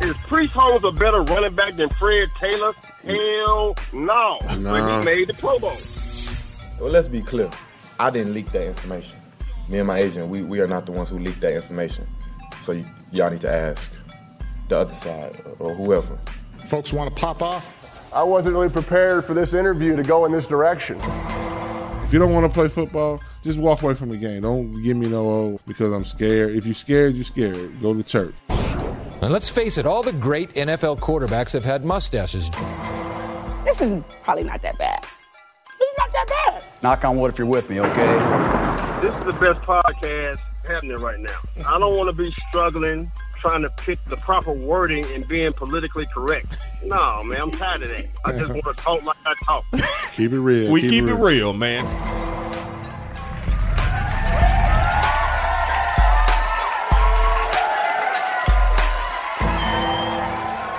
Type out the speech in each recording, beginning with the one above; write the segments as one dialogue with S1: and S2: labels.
S1: is Priest Holmes a better running back than Fred Taylor? Hell no. But
S2: No.
S1: he made the Pro Bowl.
S3: Well, let's be clear. I didn't leak that information. Me and my agent, we, we are not the ones who leaked that information. So y- y'all need to ask the other side or whoever.
S4: Folks want to pop off?
S5: I wasn't really prepared for this interview to go in this direction.
S4: If you don't want to play football, just walk away from the game. Don't give me no oh because I'm scared. If you're scared, you're scared. Go to church.
S6: And let's face it, all the great NFL quarterbacks have had mustaches.
S7: This is probably not that bad. It's not that bad.
S8: Knock on wood if you're with me, okay?
S1: This is the best podcast happening right now. I don't want to be struggling trying to pick the proper wording and being politically correct. No, man, I'm tired of that. I just want to talk like I talk.
S4: Keep it real.
S9: We keep it real, man.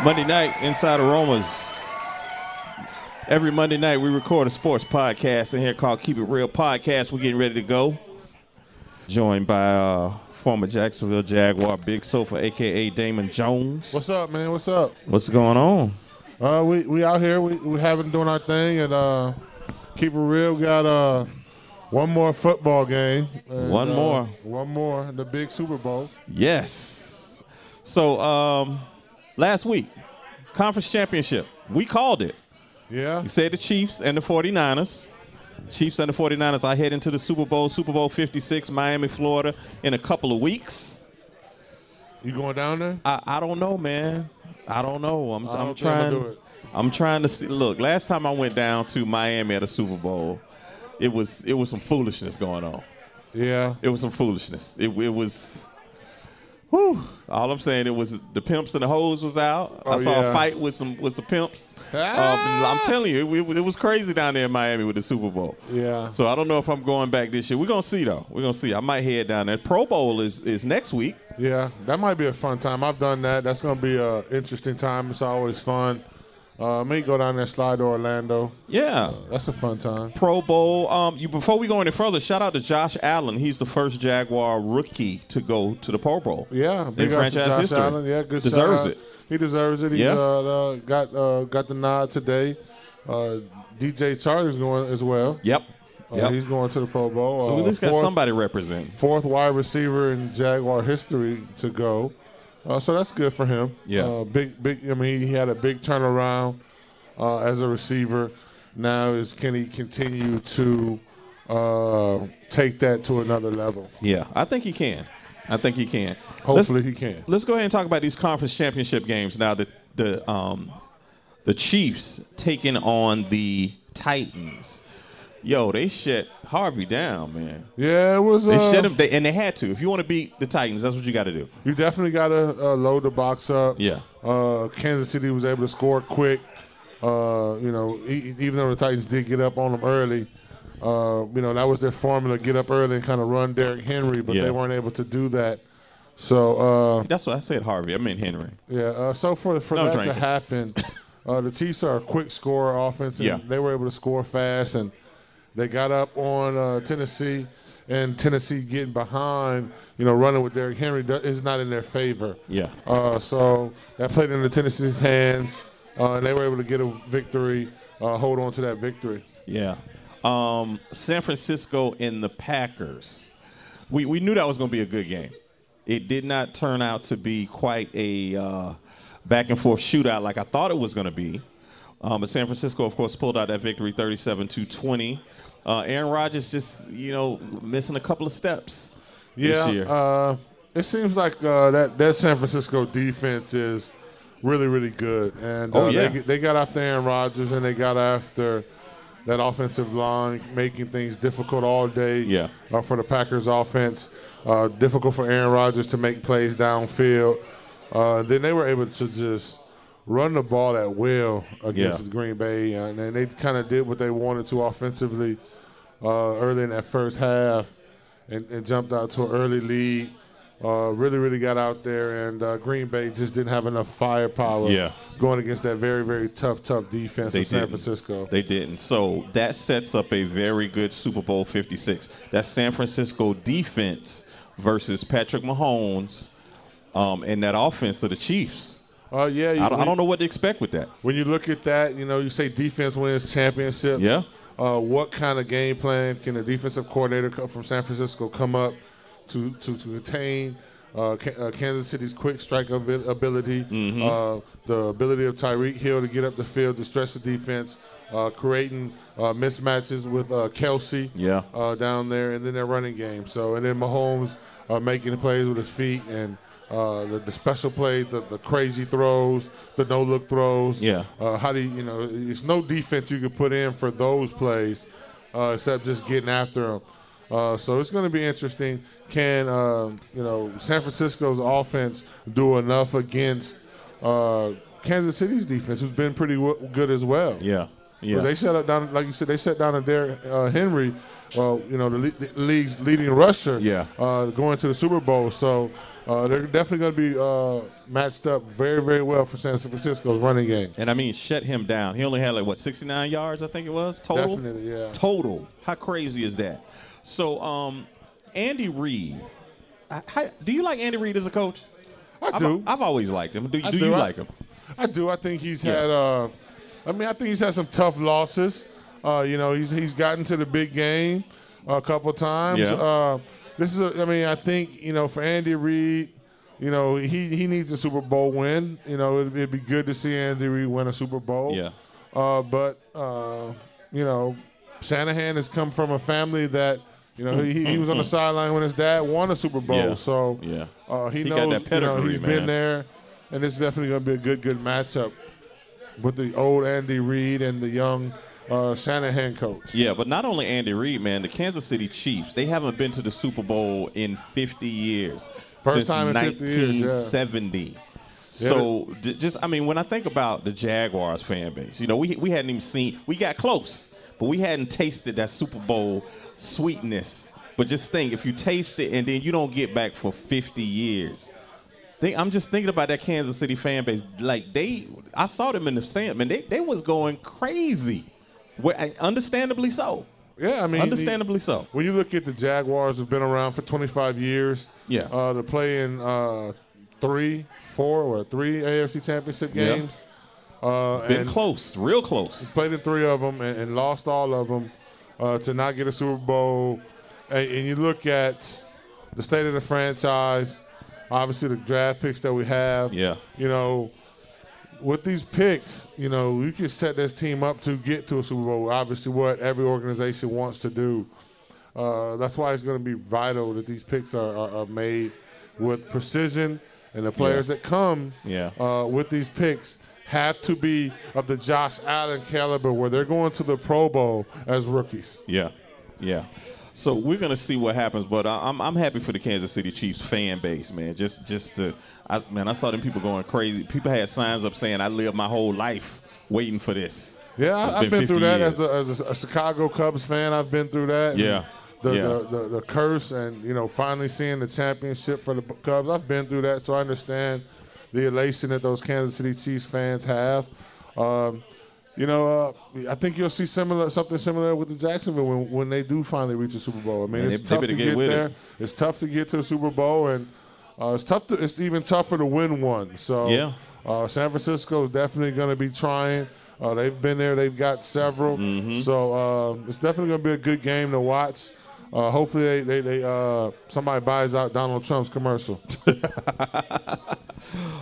S9: Monday night, Inside Aromas. Every Monday night, we record a sports podcast in here called Keep It Real Podcast. We're getting ready to go. Joined by uh, former Jacksonville Jaguar Big Sofa, aka Damon Jones.
S4: What's up, man? What's up?
S9: What's going on?
S4: Uh, we we out here. We we having doing our thing and uh, keep it real. We Got uh, one more football game. And,
S9: One
S4: uh,
S9: more.
S4: One more. The big Super Bowl.
S9: Yes. So um last week, conference championship. We called it.
S4: Yeah.
S9: You said the Chiefs and the 49ers. Chiefs and the 49ers are heading to the Super Bowl, Super Bowl 56, Miami, Florida, in a couple of weeks.
S4: You going down there?
S9: I, I don't know, man. I don't know. I'm,
S4: I don't
S9: I'm
S4: think I'ma
S9: trying.
S4: do it.
S9: I'm trying to see. Look, last time I went down to Miami at a Super Bowl, it was it was some foolishness going on.
S4: Yeah.
S9: It was some foolishness. It, it was. Whew, all I'm saying, it was the pimps and the hoes was out. I
S4: Oh,
S9: saw
S4: yeah.
S9: a fight with some with some pimps.
S4: Ah!
S9: Um, I'm telling you, it, it, was crazy down there in Miami with the Super Bowl.
S4: Yeah.
S9: So I don't know if I'm going back this year. We're gonna see though. We're gonna see. I might head down there. Pro Bowl is is next week.
S4: Yeah, that might be a fun time. I've done that. That's gonna be a interesting time. It's always fun. Uh, me go down there, slide to Orlando.
S9: Yeah.
S4: That's a fun time.
S9: Pro Bowl. Um, you before we go any further, shout out to Josh Allen. He's the first Jaguar rookie to go to the Pro Bowl.
S4: Yeah,
S9: in
S4: ups to
S9: franchise
S4: Josh
S9: history.
S4: Allen. Yeah, good
S9: Deserves
S4: shout out.
S9: it.
S4: He deserves it. He's
S9: Yeah.
S4: uh, uh, got uh, got the nod today. Uh, DJ Charlie's going as well.
S9: Yep.
S4: Uh,
S9: yep.
S4: He's going to the Pro Bowl.
S9: so
S4: uh,
S9: we just got
S4: fourth-
S9: somebody representing.
S4: fourth wide receiver in Jaguar history to go. Uh, so that's good for him.
S9: Yeah.
S4: Uh, big, big. I mean, he had a big turnaround uh, as a receiver. Now is can he continue to uh, take that to another level?
S9: Yeah, I think he can. I think he can.
S4: Hopefully
S9: let's,
S4: he can.
S9: Let's go ahead and talk about these conference championship games now. The the um the Chiefs taking on the Titans. Yo, they shut Harvey down, man.
S4: Yeah, it was.
S9: They
S4: Uh,
S9: shut him, they, and they had to. If you want to beat the Titans, that's what you got to do.
S4: You definitely got to uh, load the box up.
S9: Yeah.
S4: Uh, Kansas City was able to score quick. Uh, you know, e- even though the Titans did get up on them early, uh, you know that was their formula: get up early and kind of run Derrick Henry, but
S9: Yeah.
S4: they weren't able to do that. So uh,
S9: That's what I said, Harvey. I meant Henry.
S4: yeah, uh, so for for
S9: No
S4: that
S9: drinking.
S4: to happen, uh, the Chiefs are a quick scorer offense, and
S9: Yeah.
S4: they were able to score fast, and they got up on uh, Tennessee, and Tennessee getting behind, you know, running with Derrick Henry do- is not in their favor.
S9: Yeah.
S4: Uh, so that played into Tennessee's hands, uh, and they were able to get a victory, uh, hold on to that victory.
S9: Yeah. Um, San Francisco and the Packers. We, we knew that was going to be a good game. It did not turn out to be quite a uh, back and forth shootout like I thought it was going to be. Um, but San Francisco, of course, pulled out that victory 37 to 20. Uh, Aaron Rodgers just, you know, missing a couple of steps
S4: Yeah,
S9: this year.
S4: Uh, it seems like uh, that that San Francisco defense is really really good, and uh,
S9: Oh, yeah.
S4: they, get- they got after Aaron Rodgers and they got after that offensive line, making things difficult all day.
S9: Yeah.
S4: uh, for the Packers offense, uh, difficult for Aaron Rodgers to make plays downfield. Uh, then they were able to just run the ball at will against
S9: Yeah.
S4: Green Bay, and, and they kind of did what they wanted to offensively uh, early in that first half and, and jumped out to an early lead. Uh, really, really got out there, and uh, Green Bay just didn't have enough firepower
S9: Yeah.
S4: going against that very, very tough, tough defense of San
S9: didn't.
S4: Francisco.
S9: They didn't. So that sets up a very good Super Bowl 56. That's San Francisco defense versus Patrick Mahomes um, and that offense of the Chiefs.
S4: Uh, yeah, you,
S9: I don't, I don't know what to expect with that.
S4: When you look at that, you know, you say defense wins championships.
S9: Yeah.
S4: Uh, what kind of game plan can a defensive coordinator co- from San Francisco come up to to, to contain uh, Ka- uh, Kansas City's quick strike avi- ability,
S9: Mm-hmm.
S4: uh, the ability of Tyreek Hill to get up the field to stretch the defense, uh, creating uh, mismatches with uh, Kelsey
S9: Yeah.
S4: uh, down there, and then their running game. So, and then Mahomes uh, making the plays with his feet and uh, the, the special plays, the, the crazy throws, the no look throws.
S9: Yeah.
S4: Uh, how do you, you know, it's no defense you could put in for those plays uh, except just getting after them. Uh, so it's going to be interesting. Can, um, you know, San Francisco's offense do enough against uh, Kansas City's defense, who's been pretty w- good as well?
S9: Yeah. Yeah.
S4: Because they shut up down, like you said, they shut down a Derrick uh, Henry, uh, you know, the, le- the league's leading rusher,
S9: Yeah.
S4: uh, going to the Super Bowl. So uh, they're definitely going to be uh, matched up very, very well for San Francisco's running game.
S9: and I mean, shut him down. He only had like what 69 yards, I think it was total.
S4: Definitely, yeah.
S9: Total. How crazy is that? So, um, Andy Reid. I- how- do you like Andy Reid as a coach?
S4: I
S9: I've-
S4: do.
S9: I've, always liked him. Do,
S4: I
S9: do, you
S4: I-
S9: like him?
S4: I do. I think he's
S9: Yeah.
S4: had. Uh, I mean, I think he's had some tough losses. Uh, you know, he's he's gotten to the big game a couple times.
S9: Yeah.
S4: Uh, this is. A, I mean, I think you know for Andy Reid. You know, he, he needs a Super Bowl win. You know, it'd, it'd be good to see Andy Reid win a Super Bowl.
S9: Yeah.
S4: Uh, but uh, you know, Shanahan has come from a family that you know he, he was on the sideline when his dad won a Super Bowl.
S9: Yeah.
S4: So
S9: Yeah.
S4: uh, he,
S9: He got
S4: knows
S9: that
S4: you know,
S9: pedigree,
S4: he's
S9: man.
S4: been there, and it's definitely going to be a good good matchup with the old Andy Reid and the young uh, Shanahan coach.
S9: Yeah, but not only Andy Reid, man, the Kansas City Chiefs, they haven't been to the Super Bowl in 50 years. since
S4: First time in 50 years, yeah.
S9: 1970. So j- just I mean, when I think about the Jaguars fan base, you know, we we hadn't even seen we got close, but we hadn't tasted that Super Bowl sweetness. But just think, if you taste it and then you don't get back for 50 years, Think, I'm just thinking about that Kansas City fan base. Like they, I saw them in the stand, man. They they was going crazy, Well, I- understandably so.
S4: Yeah, I mean,
S9: Understandably
S4: the-
S9: so.
S4: When you look at the Jaguars, have been around for 25 years.
S9: Yeah.
S4: uh, they're playing uh, three, four, or three AFC Championship
S9: Yeah.
S4: games. Uh,
S9: Been
S4: and
S9: close, real close.
S4: played in three of them and, and lost all of them uh, to not get a Super Bowl. And, and you look at the state of the franchise, obviously the draft picks that we have.
S9: Yeah.
S4: You know, with these picks, you know, you can set this team up to get to a Super Bowl. Obviously, what every organization wants to do. Uh, that's why it's going to be vital that these picks are, are, are made with precision, and the players that come
S9: Yeah.
S4: uh, with these picks have to be of the Josh Allen caliber, where they're going to the Pro Bowl as rookies.
S9: Yeah, yeah. So we're gonna see what happens, but I, I'm I'm happy for the Kansas City Chiefs fan base, man. Just just to, I, man, I saw them people going crazy. People had signs up saying, "I lived my whole life waiting for this."
S4: Yeah, I,
S9: It's
S4: have been,
S9: 50
S4: through that
S9: years.
S4: as, a, as a, a Chicago Cubs fan. I've been through that. and
S9: Yeah,
S4: The,
S9: yeah.
S4: The, the the curse and you know finally seeing the championship for the Cubs. I've been through that, so I understand the elation that those Kansas City Chiefs fans have. Um, you know, uh, I think you'll see similar something similar with the Jacksonville when, when they do finally reach the Super Bowl. I mean,
S9: Man,
S4: it's
S9: they- they
S4: tough
S9: better
S4: to
S9: get
S4: get,
S9: with it.
S4: there. It's tough to get to the Super Bowl, and uh, it's tough to. It's even tougher to win one. So
S9: Yeah.
S4: uh, San Francisco is definitely going to be trying. Uh, they've been there. They've got several.
S9: Mm-hmm.
S4: So um it's definitely going to be a good game to watch. Uh, hopefully, they, they, they uh, somebody buys out Donald Trump's commercial.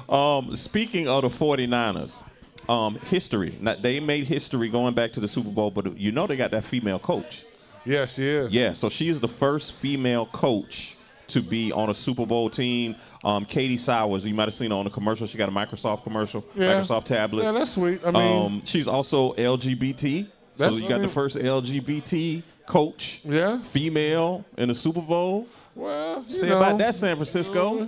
S9: Um, speaking of the 49ers, um, history. Now, they made history going back to the Super Bowl, but you know they got that female coach.
S4: yes, she is.
S9: Yeah, so she is the first female coach to be on a Super Bowl team. Um, Katie Sowers, you might have seen her on the commercial. She got a Microsoft commercial,
S4: Yeah.
S9: Microsoft tablets.
S4: Yeah, that's sweet. I mean-
S9: um, she's also LGBT. So
S4: That's-
S9: you
S4: I
S9: got the
S4: mean-
S9: first LGBT coach,
S4: Yeah.
S9: female in the Super Bowl.
S4: Well, you
S9: Say
S4: know,
S9: about that, San Francisco.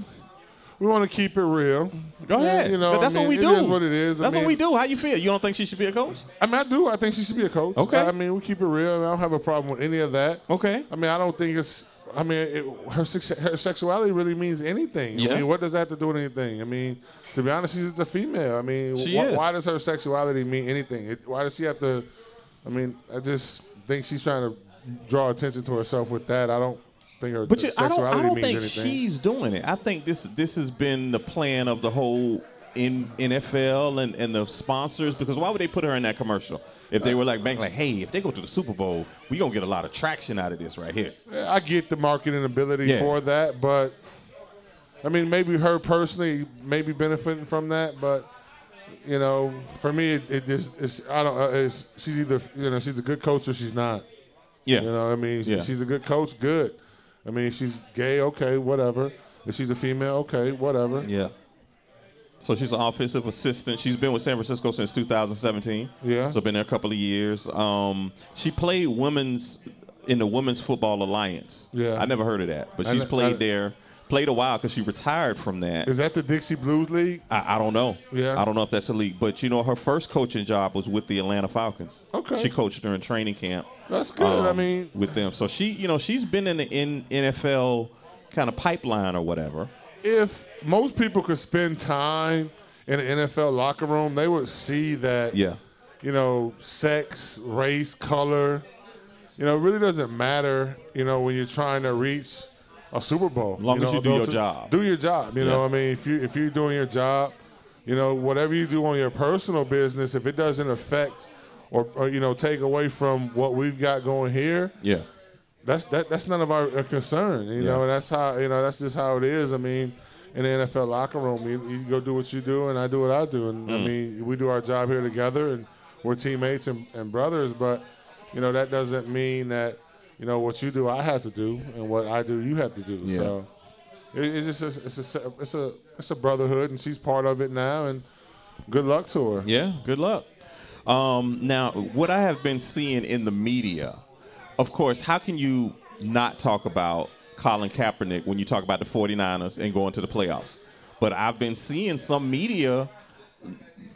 S4: We want to keep it real.
S9: Go
S4: Yeah,
S9: ahead.
S4: you know,
S9: that's
S4: I
S9: what we
S4: mean,
S9: do.
S4: It is what it is. I
S9: That's
S4: mean,
S9: what we do. How you feel? You don't think she should be a coach?
S4: I mean, I do. I think she should be a coach.
S9: Okay.
S4: I, I mean, we keep it real. and I don't have a problem with any of that.
S9: Okay.
S4: I mean, I don't think it's. I mean, it, her sex- her sexuality really means anything.
S9: Yeah.
S4: I mean, what does that have to do with anything? I mean, to be honest, she's just a female. I mean,
S9: She
S4: wh-
S9: is.
S4: why does her sexuality mean anything? It, why does she have to? I mean, I just think she's trying to draw attention to herself with that. I don't think her
S9: But you, I
S4: sexuality
S9: don't, I don't
S4: means
S9: think
S4: anything.
S9: she's doing it. I think this this has been the plan of the whole in NFL and, and the sponsors because why would they put her in that commercial if they were like bank like hey if they go to the Super Bowl we gonna get a lot of traction out of this right here
S4: I get the marketing ability
S9: Yeah.
S4: for that, but I mean, maybe her personally, maybe benefiting from that, but you know, for me, it, it just it's I don't. uh, It's, she's either you know she's a good coach or she's not.
S9: yeah
S4: You know, what I mean,
S9: Yeah.
S4: she's a good coach, good. I mean, she's gay, okay, whatever. If she's a female, okay, whatever.
S9: yeah so she's an offensive assistant she's been with San Francisco since 2017
S4: Yeah.
S9: so been there a couple of years um she played women's in the Women's Football Alliance
S4: Yeah.
S9: I never heard of that but
S4: I
S9: she's
S4: kn-
S9: played
S4: I-
S9: there played a while because she retired from that
S4: Is that the Dixie Blues League?
S9: I, I don't know.
S4: Yeah.
S9: I don't know if that's a league, but you know, her first coaching job was with the Atlanta Falcons.
S4: Okay.
S9: She coached during training camp.
S4: That's good. I
S9: um,
S4: mean,
S9: with them, so she, you know, she's been in the N- NFL kind of pipeline or whatever.
S4: if most people could spend time in an NFL locker room, they would see that.
S9: Yeah.
S4: you know, sex, race, color. You know, it really doesn't matter, you know, when you're trying to reach a Super Bowl.
S9: Long
S4: you
S9: as
S4: know,
S9: you do your
S4: adults-
S9: job.
S4: Do your job. You
S9: Yeah.
S4: know, what I mean, if you if you're doing your job, you know, whatever you do on your personal business, if it doesn't affect or, or you know take away from what we've got going here,
S9: Yeah.
S4: that's that that's none of our, our concern, you know,
S9: Yeah.
S4: and that's how you know that's just how it is. I mean, in the NFL locker room, you, you go do what you do, and I do what I do, and I
S9: Mm.
S4: mean, we do our job here together, and we're teammates and, and brothers. But you know, that doesn't mean that you know what you do, I have to do, and what I do, you have to do.
S9: Yeah.
S4: So it, it's just a, it's a se- it's a it's a brotherhood, and she's part of it now, and good luck to her.
S9: Yeah. Good luck. Um, now, what I have been seeing in the media, of course, how can you not talk about Colin Kaepernick when you talk about the 49ers and going to the playoffs? But I've been seeing some media,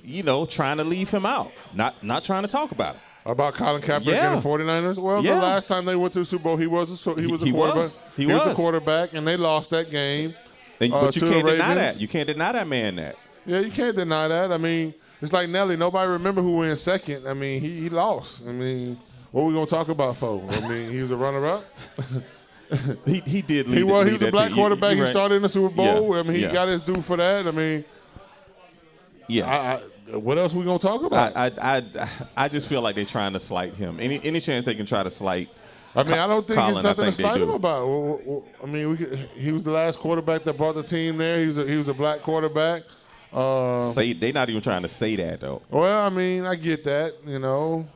S9: you know, trying to leave him out, not not trying to talk about it.
S4: About Colin Kaepernick
S9: Yeah.
S4: and the 49ers? Well,
S9: Yeah.
S4: the last time they went through the Super Bowl, he was a, so- he
S9: He-
S4: was a
S9: he
S4: quarterback.
S9: was. He
S4: a
S9: was.
S4: quarterback, and they lost that game.
S9: And,
S4: uh,
S9: but you
S4: to the
S9: can't deny
S4: Ravens.
S9: that. You can't deny that man that.
S4: Yeah, you can't deny that. I mean, it's like Nelly. Nobody remember who went second. I mean, he, he lost. I mean, what we gonna talk about for? I mean, he was a runner-up.
S9: He he did. Lead
S4: He was.
S9: Lead
S4: He was a
S9: that
S4: black
S9: team. You-
S4: quarterback.
S9: you're
S4: He
S9: right.
S4: started in the Super Bowl.
S9: Yeah.
S4: I mean, he
S9: Yeah.
S4: got his due for that. I mean,
S9: Yeah.
S4: I, I, what else we gonna talk about?
S9: I, I, I, I just feel like they're trying to slight him. Any any chance they can try to slight?
S4: I mean, I don't think
S9: Colin,
S4: there's
S9: I
S4: nothing
S9: think
S4: to
S9: they
S4: slight him
S9: do.
S4: about. Well, well, well, I mean, we could, he was the last quarterback that brought the team there. He was a, he was a black quarterback. Uh,
S9: Say they're not even trying to say that though.
S4: well, I mean, I get that. You know,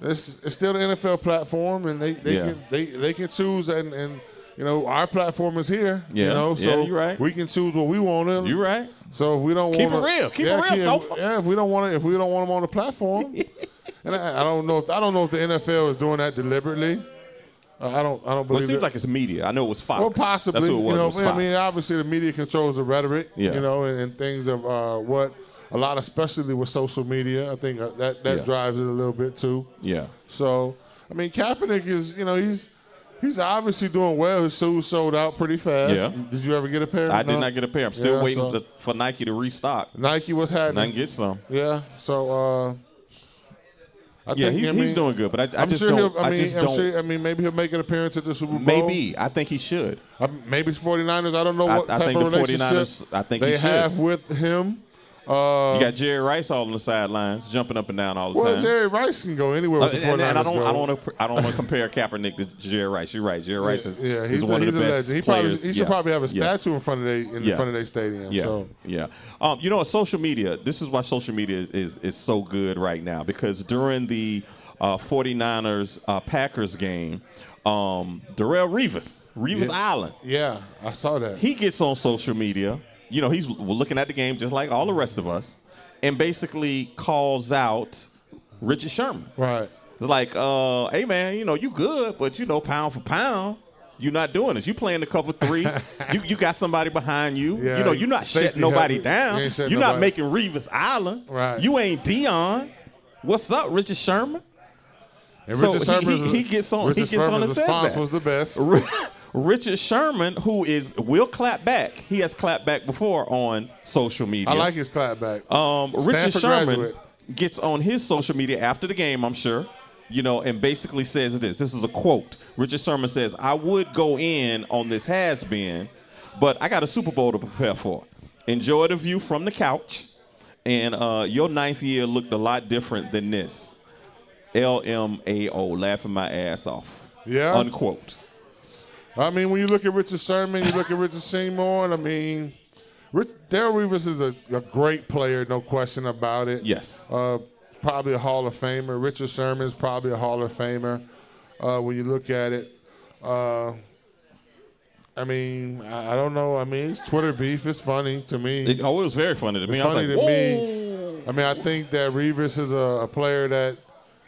S4: it's, it's still the NFL platform, and they, they
S9: Yeah.
S4: can they, they can choose, and, and you know, our platform is here.
S9: Yeah.
S4: You know,
S9: Yeah,
S4: so
S9: you right.
S4: we can choose what we want. In.
S9: You right?
S4: So if we don't
S9: Keep it
S4: want
S9: real. Keep it real, Sofa.
S4: Yeah, if we don't want to, if we don't want them on the platform, and I, I don't know, if, I don't know if the NFL is doing that deliberately. I I don't, I don't
S9: Well,
S4: believe
S9: it seems
S4: it.
S9: like it's media. I know it was Fox.
S4: Well, possibly.
S9: That's who it was.
S4: You know,
S9: it was
S4: I mean,
S9: Fox.
S4: obviously the media controls the rhetoric.
S9: Yeah.
S4: You know, and, and things of uh, what a lot, especially with social media, I think uh, that that
S9: Yeah.
S4: drives it a little bit too.
S9: yeah.
S4: So, I mean, Kaepernick is, you know, he's he's obviously doing well. His shoes sold out pretty fast.
S9: Yeah.
S4: Did you ever get a pair?
S9: I did
S4: No?
S9: not get a pair. I'm still
S4: Yeah,
S9: waiting
S4: so-
S9: to, for Nike to restock.
S4: Nike. What's
S9: And I can
S4: happening?
S9: get some.
S4: Yeah. So, uh, I
S9: Yeah,
S4: think
S9: he,
S4: I
S9: he's
S4: mean,
S9: doing good, but I, I
S4: I'm
S9: just
S4: sure
S9: don't.
S4: he'll. I mean,
S9: just
S4: am
S9: don't.
S4: sure. uh, I mean, maybe he'll make an appearance at the Super Bowl.
S9: maybe I think he should.
S4: I, maybe it's 49ers. I don't know
S9: I-
S4: what
S9: I
S4: type
S9: think
S4: of
S9: the
S4: relationship
S9: 49ers I think he
S4: they
S9: should.
S4: have with him. Uh,
S9: You got Jerry Rice all on the sidelines, jumping up and down all the
S4: well,
S9: time.
S4: Jerry Rice can go anywhere
S9: Uh, and,
S4: with the 49ers.
S9: and I don't,
S4: bro.
S9: I don't want to, I don't want to compare Kaepernick to Jerry Rice. You're right. Jerry Rice is,
S4: yeah,
S9: is
S4: he's, a-
S9: one of
S4: he's
S9: the
S4: a
S9: best
S4: legend. He,
S9: players.
S4: probably, he should
S9: Yeah.
S4: probably have a
S9: Yeah.
S4: statue in front of they in
S9: Yeah.
S4: front of their stadium.
S9: Yeah,
S4: So
S9: yeah. Um, you know, social media. This is why social media is is so good right now because during the uh, 49ers uh, Packers game, um, Darrell Revis, Revis
S4: Yeah.
S9: Island,
S4: yeah, I saw that.
S9: he gets on social media. You know, he's looking at the game just like all the rest of us, and basically calls out Richard Sherman.
S4: right.
S9: It's like, uh, hey man, you know, you good, but you know, pound for pound, you're not doing this. You playing the cover three. you you got somebody behind you.
S4: Yeah,
S9: you know, you're not
S4: safety
S9: shutting nobody
S4: help.
S9: down.
S4: You ain't
S9: You're
S4: shutting
S9: not
S4: nobody-
S9: making Revis Island.
S4: Right.
S9: You ain't Dion. What's up, Richard Sherman?
S4: And
S9: So
S4: Richard
S9: he- he-
S4: Sherman-
S9: he gets on- he
S4: Richard
S9: gets on
S4: Sherman's
S9: and says
S4: response
S9: that.
S4: was the best.
S9: R- Richard Sherman, who is will clap back. He has clapped back before on social media.
S4: I like his clapback.
S9: Um, Richard
S4: Stanford
S9: Sherman
S4: graduate.
S9: gets on his social media after the game, I'm sure, you know, and basically says this. This is a quote. Richard Sherman says, I would go in on this has been, but I got a Super Bowl to prepare for. Enjoy the view from the couch. And uh, your ninth year looked a lot different than this. LMAO, laughing my ass off.
S4: Yeah.
S9: Unquote.
S4: I mean, when you look at Richard Sherman, you look at Richard Seymour, and I mean, Rich, Darrell Reeves is a, a great player, no question about it.
S9: Yes.
S4: Uh, probably a Hall of Famer. Richard Sherman is probably a Hall of Famer uh, when you look at it. Uh, I mean, I, I don't know. I mean, it's Twitter beef. It's funny to me.
S9: It, oh, it was very funny to me.
S4: It's
S9: I was
S4: funny
S9: like,
S4: to
S9: "Whoa."
S4: me. I mean, I think that Revis is a, a player that,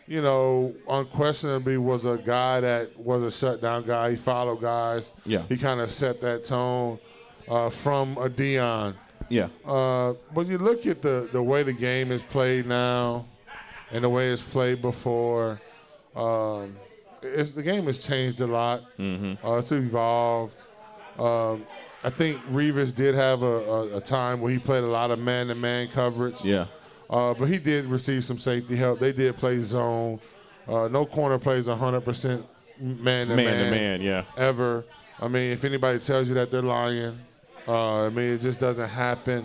S4: you know, unquestionably was a guy that was a shutdown guy. He followed guys.
S9: Yeah.
S4: He kind of set that tone uh, from a Dion.
S9: Yeah.
S4: Uh, when you look at the, the way the game is played now and the way it's played before, um, it's, the game has changed a lot.
S9: Mm-hmm.
S4: Uh, it's evolved. Um, I think Revis did have a, a, a time where he played a lot of man to man coverage.
S9: yeah.
S4: Uh, but he did receive some safety help. They did play zone. Uh, no corner plays 100% man to
S9: Man
S4: man.
S9: to man, yeah.
S4: Ever. I mean, if anybody tells you that, they're lying. Uh, I mean, it just doesn't happen.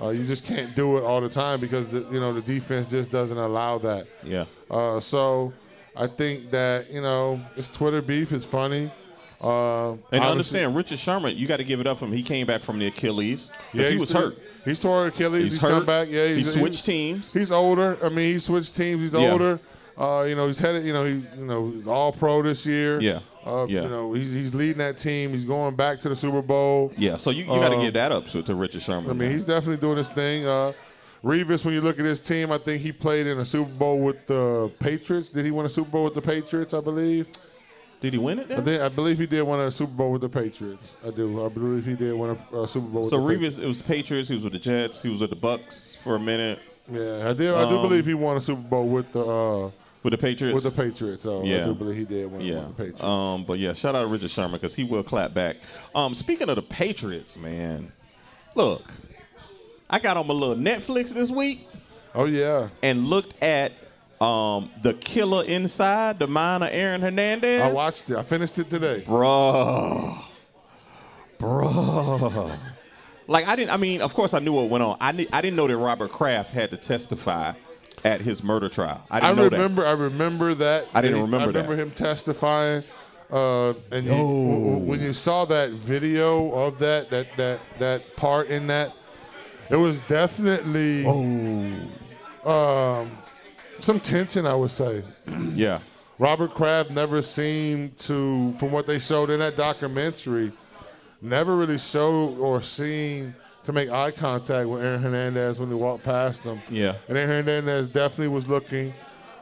S4: Uh, you just can't do it all the time because the, you know the defense just doesn't allow that.
S9: Yeah.
S4: Uh, so I think that you know it's Twitter beef. It's funny. Uh,
S9: And
S4: obviously-
S9: understand, Richard Sherman, you got to give it up for him. He came back from the Achilles. 'cause he
S4: he's
S9: was
S4: still-
S9: hurt.
S4: He's tore Achilles. He's,
S9: He's hurt.
S4: come back. Yeah,
S9: He
S4: he's,
S9: switched teams.
S4: He's older. I mean, he switched teams. He's
S9: Yeah.
S4: older. Uh, you know, he's headed. You know, he you know he's all pro this year.
S9: Yeah.
S4: Uh,
S9: Yeah.
S4: You know, he's, he's leading that team. He's going back to the Super Bowl.
S9: Yeah, so you, you got to
S4: Um,
S9: give that up to, to Richard Sherman.
S4: I mean, he's definitely doing his thing. Uh, Revis, when you look at his team, I think he played in a Super Bowl with the Patriots. Did he win a Super Bowl with the Patriots? I believe.
S9: Did he win it? Then?
S4: I, think, I believe he did win a Super Bowl with the Patriots. I do. I believe he did win a, a Super Bowl.
S9: so
S4: with the Patriots.
S9: Revis, it was Patriots. He was with the Jets. He was with the Bucks for a minute
S4: Yeah, I do. I do
S9: Um,
S4: believe he won a Super Bowl with the. Uh,
S9: with the Patriots.
S4: With the Patriots, though. I
S9: Yeah.
S4: do believe he did win
S9: yeah.
S4: with the Patriots.
S9: Um, but yeah, shout out to Richard Sherman because he will clap back. Um, speaking of the Patriots, man, look, I got on my little Netflix this week
S4: oh, yeah.
S9: and looked at um, the killer inside the mind of Aaron Hernandez.
S4: I watched it. I finished it today.
S9: Bruh. Bruh. Like I didn't I mean, of course I knew what went on. I, knew, I didn't know that Robert Kraft had to testify at his murder trial. I
S4: I,
S9: didn't know
S4: remember. I remember that.
S9: I didn't
S4: He- I
S9: remember that.
S4: remember him testifying. Uh, and you, w- w- when you saw that video of that, that that that part in that, it was definitely um, some tension. I would say.
S9: that. Yeah.
S4: Robert Kraft never seemed to, from what they showed in that documentary, never really showed or seen to make eye contact with Aaron Hernandez when they walked past him.
S9: Yeah.
S4: and Aaron Hernandez definitely was looking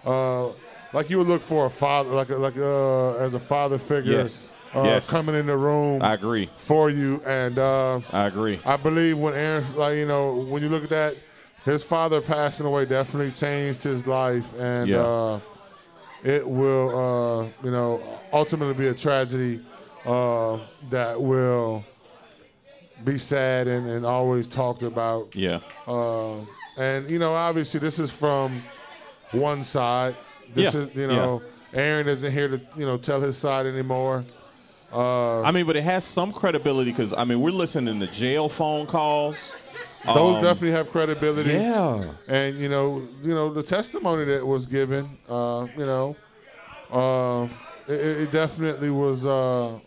S4: uh, like you would look for a father, like a, like uh, as a father figure
S9: Yes.
S4: Uh,
S9: Yes.
S4: coming in the room
S9: I agree.
S4: for you. And uh,
S9: I agree.
S4: I believe when Aaron, like you know, when you look at that, his father passing away definitely changed his life, and
S9: Yeah.
S4: uh, it will, uh, you know, ultimately be a tragedy uh, that will be sad and, and always talked about.
S9: Yeah.
S4: Uh, and you know, obviously, this is from one side. This
S9: Yeah,
S4: is, you know, Aaron isn't here to, you know, tell his side anymore. Uh,
S9: I mean, but it has some credibility because I mean we're listening to jail phone calls.
S4: Those
S9: Um,
S4: definitely have credibility.
S9: Yeah.
S4: and you know, you know, the testimony that was given, uh, you know, uh, it, it definitely was, uh,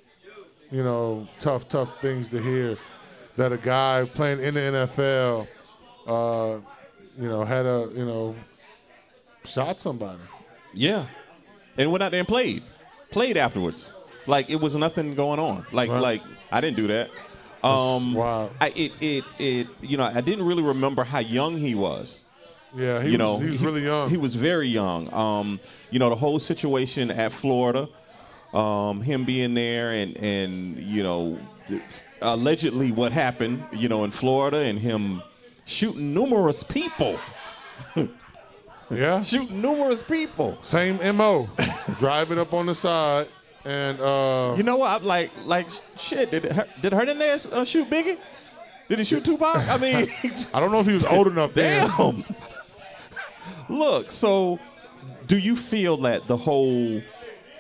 S4: you know, tough, tough things to hear that a guy playing in the NFL, uh, you know, had a, you know, shot somebody.
S9: Yeah. And went out there and played. Played afterwards. Like it was nothing going on. Like
S4: Right.
S9: like I didn't do that. Um
S4: wild.
S9: I it, it it you know, I didn't really remember how young he was.
S4: Yeah, he
S9: you
S4: was,
S9: know,
S4: he was really young.
S9: He was very young. Um, you know, the whole situation at Florida, um, him being there, and and you know, th- allegedly what happened, you know, in Florida, and him shooting numerous people,
S4: yeah,
S9: shooting numerous people.
S4: same mo, driving up on the side, and uh,
S9: You know what? I'm like, like shit. Did her, did Hernandez uh, shoot Biggie? Did he shoot Tupac? I mean,
S4: I don't know if he was old enough then.
S9: Damn. Look, so do you feel that the whole E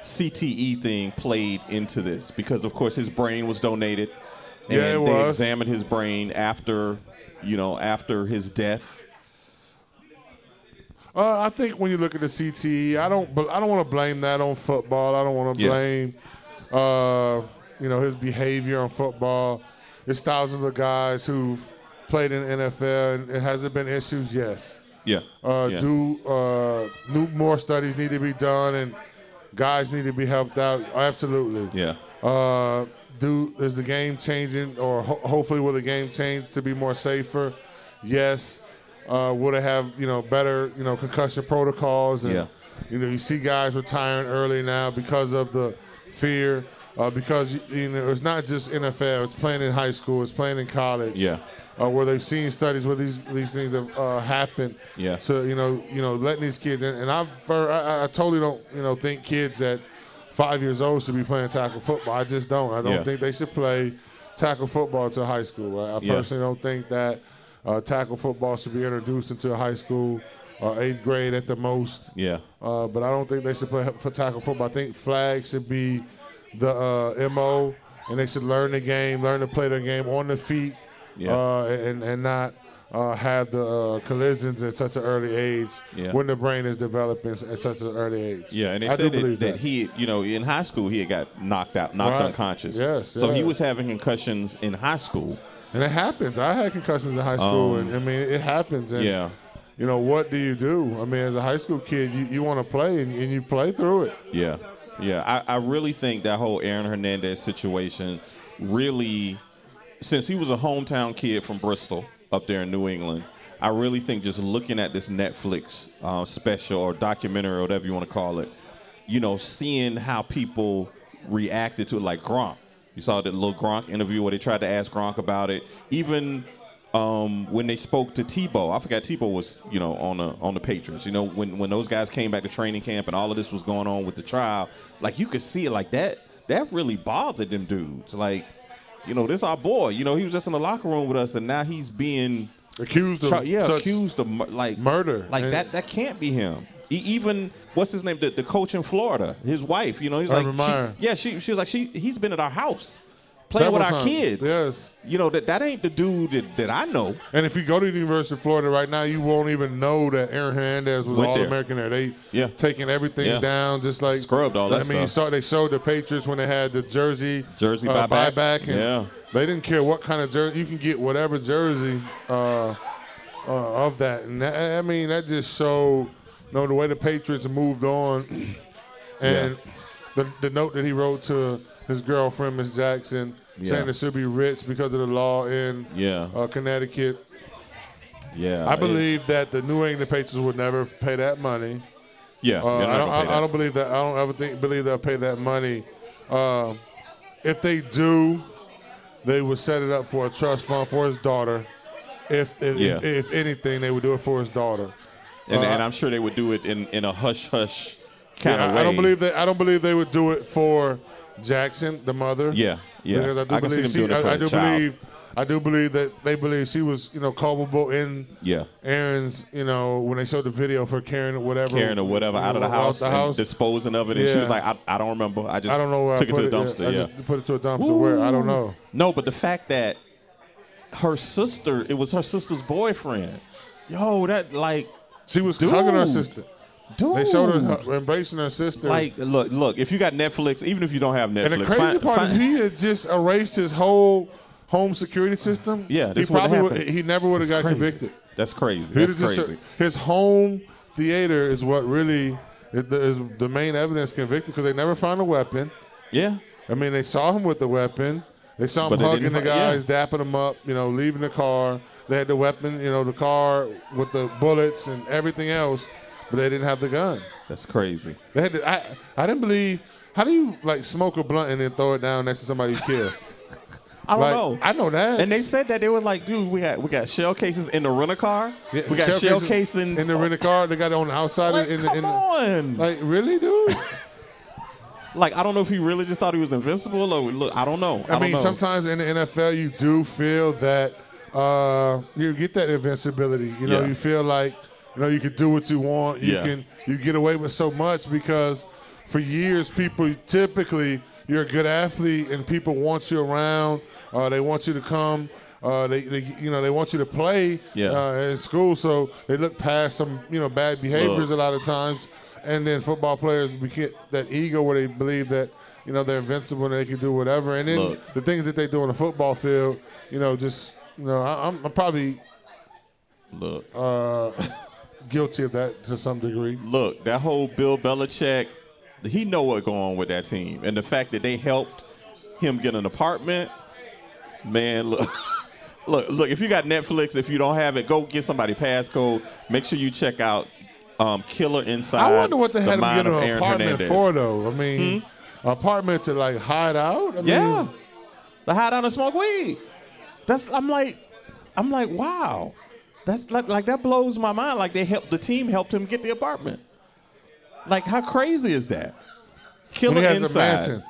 S9: CTE thing played into this? Because of course his brain was donated. And
S4: Yeah, it
S9: they
S4: was.
S9: examined his brain after, you know, after his death.
S4: Uh, I think when you look at the CTE, I don't, bl- I don't want to blame that on football. I don't want to
S9: Yeah.
S4: blame, uh, you know, his behavior on football. There's thousands of guys who've played in the NFL, and it hasn't been issues. Yes,
S9: Yeah.
S4: uh,
S9: yeah.
S4: do uh, new more studies need to be done, and guys need to be helped out. Absolutely.
S9: Yeah.
S4: Uh, do is the game changing, or ho- hopefully will the game change to be more safer? Yes. Uh, will it have you know better you know concussion protocols? And,
S9: Yeah.
S4: You know, you see guys retiring early now because of the fear. Uh, because you know, it's not just NFL. It's playing in high school. It's playing in college.
S9: Yeah.
S4: Uh, where they've seen studies where these these things have uh, happened.
S9: Yeah.
S4: So you know, you know, letting these kids in, and I'm for, I, I totally don't you know think kids at five years old should be playing tackle football. I just don't. I don't
S9: Yeah.
S4: think they should play tackle football to high school. I, I
S9: Yeah.
S4: personally don't think that uh, tackle football should be introduced into high school or eighth grade at the most.
S9: Yeah.
S4: Uh, but I don't think they should play for tackle football. I think flag should be the uh, mo, and they should learn the game, learn to play their game on the feet,
S9: Yeah.
S4: uh, and and not uh, have the uh, collisions at such an early age
S9: Yeah.
S4: when the brain is developing at such an early age.
S9: Yeah, and they
S4: I do
S9: said that,
S4: believe
S9: that. he, you know, in high school he had got knocked out, knocked
S4: Right.
S9: unconscious.
S4: Yes,
S9: So he
S4: yeah.
S9: was having concussions in high school.
S4: and it happens. I had concussions in high school, and I mean it happens. And,
S9: Um, Yeah.
S4: You know what do you do? I mean, as a high school kid, you, you want to play and, and you play through it.
S9: Yeah, yeah. I, I really think that whole Aaron Hernandez situation really, since he was a hometown kid from Bristol up there in New England, I really think just looking at this Netflix uh, special or documentary or whatever you want to call it, you know, seeing how people reacted to it, like Gronk. You saw that little Gronk interview where they tried to ask Gronk about it. Even um, when they spoke to Tebow, I forgot Tebow was you know on the on the Patriots. You know when when those guys came back to training camp and all of this was going on with the trial, like you could see it like that. That really bothered them dudes. Like, you know, this our boy. You know, he was just in the locker room with us, and now he's being
S4: Accused of
S9: Char- yeah,
S4: such-
S9: accused of mur- like
S4: Murder.
S9: Like
S4: And-
S9: that, that can't be him. E even what's his name? The, the coach in Florida, his wife. You know, he's
S4: Urban
S9: like,
S4: Meyer.
S9: she, yeah, she she was like, she he's been at our house playing
S4: Several
S9: with our
S4: times.
S9: kids.
S4: Yes.
S9: you know that that ain't the dude that, that I know.
S4: And if you go to the University of Florida right now, you won't even know that Aaron Hernandez was
S9: Went
S4: all
S9: there.
S4: American there. They
S9: Yeah.
S4: taking everything
S9: Yeah.
S4: down, just like
S9: Scrubbed all that
S4: I mean, you
S9: stuff.
S4: saw they showed the Patriots when they had the jersey
S9: Jersey
S4: uh,
S9: buyback.
S4: and
S9: Yeah.
S4: they didn't care what kind of jersey you can get, whatever jersey uh, uh, of that. And that, I mean, that just showed, you know, the way the Patriots moved on, and the the note that he wrote to his girlfriend, Miss Jackson.
S9: Yeah.
S4: Saying that she'll be rich because of the law in
S9: Yeah.
S4: uh, Connecticut.
S9: Yeah,
S4: I
S9: it's-
S4: believe that the New England Patriots would never pay that money.
S9: Yeah,
S4: Uh,
S9: you're not
S4: I, don't,
S9: gonna pay
S4: I, I
S9: that.
S4: don't believe that. I don't ever think believe they'll pay that money. Uh, if they do, they would set it up for a trust fund for his daughter. If if,
S9: Yeah.
S4: if, anything, they would do it for his daughter.
S9: and,
S4: uh,
S9: and I'm sure they would do it in, in a hush hush kind
S4: Yeah,
S9: of
S4: I-
S9: way.
S4: I don't believe they. I don't believe they would do it for Jackson, the mother.
S9: Yeah, yeah.
S4: Because I do
S9: I can see
S4: believe
S9: them doing it for
S4: I, I
S9: the
S4: do
S9: child.
S4: believe. I do believe that they believe she was, you know, culpable in
S9: Yeah.
S4: Aaron's, you know, when they showed the video for Karen or whatever,
S9: Karen or whatever out of the house, and disposing of it, and she
S4: Yeah.
S9: was like, I, I don't remember. I just
S4: I don't know where
S9: took
S4: I
S9: it
S4: put
S9: to the dumpster.
S4: I
S9: yeah.
S4: just put it to a dumpster. Where I don't know.
S9: No, but the fact that her sister, it was her sister's boyfriend. Yo, that like,
S4: She was
S9: Dude.
S4: hugging her sister.
S9: dude.
S4: They showed her hu- embracing her sister.
S9: Like, look, look. If you got Netflix, even if you don't have Netflix,
S4: and the crazy
S9: find-
S4: part
S9: find-
S4: is he had just erased his whole home security system.
S9: Yeah,
S4: he
S9: this would've
S4: probably would,
S9: happened.
S4: he never would have got
S9: Crazy.
S4: convicted.
S9: That's crazy.
S4: He
S9: That's
S4: would've just-
S9: crazy.
S4: his home theater is what really is the, is the main evidence convicted because they never found a weapon.
S9: Yeah,
S4: I mean, they saw him with the weapon. They saw him
S9: But they
S4: hugging
S9: didn't
S4: the
S9: fi- yeah.
S4: guys, dapping them up, you know, leaving the car. They had the weapon, you know, the car with the bullets and everything else, but they didn't have the gun.
S9: that's crazy.
S4: They had to, I, I didn't believe. How do you like smoke a blunt and then throw it down next to somebody you killed?
S9: I don't
S4: Like,
S9: know.
S4: I know that.
S9: And they said that they was like, dude, we got we got shell cases in the rent a car.
S4: Yeah,
S9: we got shell, casings
S4: in the rental car. They got it on the outside.
S9: Like,
S4: in, the-
S9: come
S4: in the,
S9: on. Like,
S4: like really, dude.
S9: I don't know if he really just thought he was invincible or look. I don't know.
S4: I,
S9: don't
S4: mean,
S9: know.
S4: sometimes in the NFL, you do feel that uh, you get that invincibility. You know,
S9: Yeah.
S4: you feel like you know you can do what you want. You
S9: Yeah.
S4: can you get away with so much because for years people typically you're a good athlete and people want you around. Uh, they want you to come. Uh, they, they, you know, they want you to play
S9: Yeah.
S4: uh, in school, so they look past some, you know, bad behaviors a lot of times. And then football players we get that ego where they believe that, you know, they're invincible and they can do whatever. And then
S9: Look.
S4: the things that they do on the football field, you know, just, you know, I, I'm, I'm probably
S9: Look,
S4: guilty of that to some degree.
S9: look, that whole Bill Belichick, he know what going on with that team, and the fact that they helped him get an apartment, man, look. Look, look. If you got Netflix, if you don't have it, go get somebody passcode. Make sure you check out um, Killer Inside.
S4: I wonder what they had to
S9: Mind
S4: get
S9: of
S4: an
S9: Aaron
S4: apartment
S9: Hernandez. Hmm?
S4: for, though. I mean, apartment to like hide out. I
S9: Yeah,
S4: mean,
S9: to hide out and smoke weed. That's I'm like, I'm like, wow, that's like like that blows my mind. Like they helped the team helped him get the apartment. Like how crazy is that? Killer
S4: When he has a
S9: inside.
S4: mansion.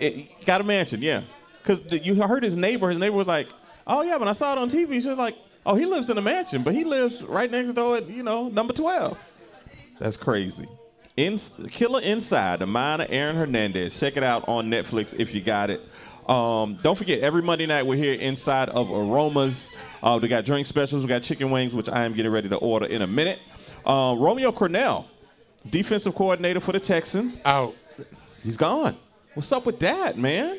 S9: It- got a mansion, yeah. Cause the, you heard his neighbor. His neighbor was like, oh yeah, when I saw it on TV, she was like, oh he lives in a mansion, but he lives right next door at you know number twelve. That's crazy. In, Killer Inside, The Mind of Aaron Hernandez. Check it out on Netflix if you got it. Um, don't forget, every Monday night we're here inside of Aromas. Uh, we got drink specials, we got chicken wings, which I am getting ready to order in a minute. Uh, Romeo Cornell, defensive coordinator for the Texans,
S4: out.
S9: he's gone. What's up with that, man?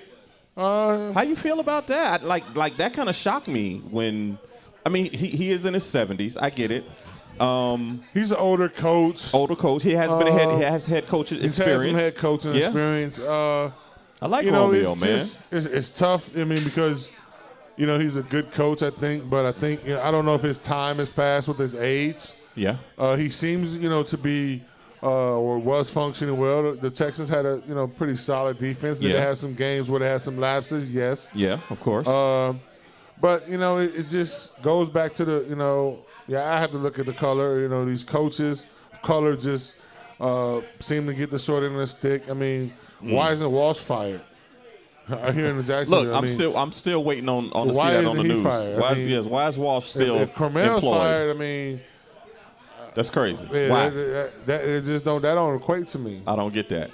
S4: Uh,
S9: How you feel about that? Like, like that kind of shocked me when, I mean, he, he is in his 70s. I get it. Um,
S4: he's an older coach.
S9: older coach. He has been a head.
S4: Uh,
S9: He has head coach experience.
S4: He's had some head coaching
S9: Yeah.
S4: experience. Uh,
S9: I like
S4: you know,
S9: Romeo,
S4: it's
S9: man.
S4: just it's, it's tough. I mean, because you know he's a good coach, I think, but I think you know, I don't know if his time has passed with his age.
S9: yeah,
S4: Uh, he seems, you know, to be uh, or was functioning well. The, the Texans had a you know pretty solid defense. Did
S9: Yeah.
S4: they have some games where they had some lapses? Yes.
S9: yeah, of course.
S4: Um, but you know, it, it just goes back to the you know, yeah. I have to look at the color. You know, these coaches of color just uh, seem to get the short end of the stick. I mean, why isn't Walsh fired? I hear in the Jackson.
S9: Mm. Look,
S4: I
S9: I'm
S4: mean,
S9: still I'm still waiting on, on to see
S4: Why
S9: that on
S4: isn't
S9: the
S4: he
S9: news.
S4: fired? I
S9: Why, is,
S4: mean,
S9: yes, why is Walsh
S4: If,
S9: still
S4: if Cormel's
S9: employed?
S4: fired, I mean,
S9: That's crazy.
S4: yeah,
S9: why?
S4: that, that, that- it just don't that don't equate to me.
S9: I don't get that.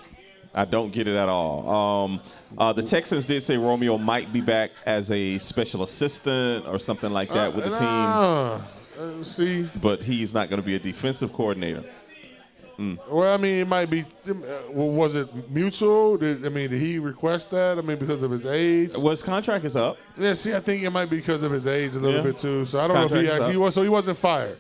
S9: I don't get it at all. Um, uh, the Texans did say Romeo might be back as a special assistant or something like that with the team,
S4: Nah. Uh, see,
S9: but he's not going to be a defensive coordinator.
S4: well, I mean, it might be. uh, Well, was it mutual? Did, I mean, did he request that? I mean, because of his age.
S9: Well, his contract is up.
S4: Yeah, see, I think it might be because of his age a little
S9: Yeah.
S4: bit too. So I don't know if
S9: Contract's
S4: he
S9: up.
S4: actually he was. So he wasn't fired.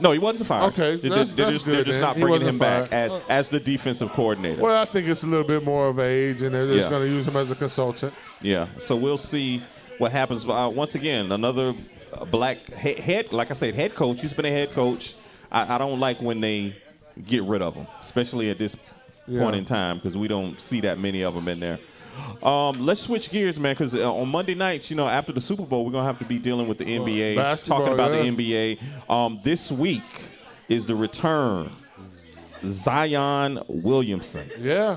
S9: No, he wasn't fired.
S4: Okay,
S9: They
S4: that's-
S9: just, they're
S4: that's
S9: just, they're
S4: good
S9: just
S4: then.
S9: not
S4: He
S9: bringing
S4: wasn't
S9: him back
S4: fired.
S9: as, as the defensive coordinator.
S4: Well, I think it's a little bit more of age, and they're just
S9: Yeah.
S4: going to use him as a consultant.
S9: Yeah. So we'll see what happens. Uh, once again, another uh, black he- head, like I said, head coach. He's been a head coach. I, I don't like when they get rid of him, especially at this point
S4: Yeah.
S9: in time, because we don't see that many of them in there. Um, let's switch gears, man, because uh, on Monday nights, you know, after the Super Bowl, we're gonna have to be dealing with the NBA,
S4: basketball,
S9: talking about
S4: yeah.
S9: the NBA. Um, this week is the return. Zion Williamson.
S4: Yeah,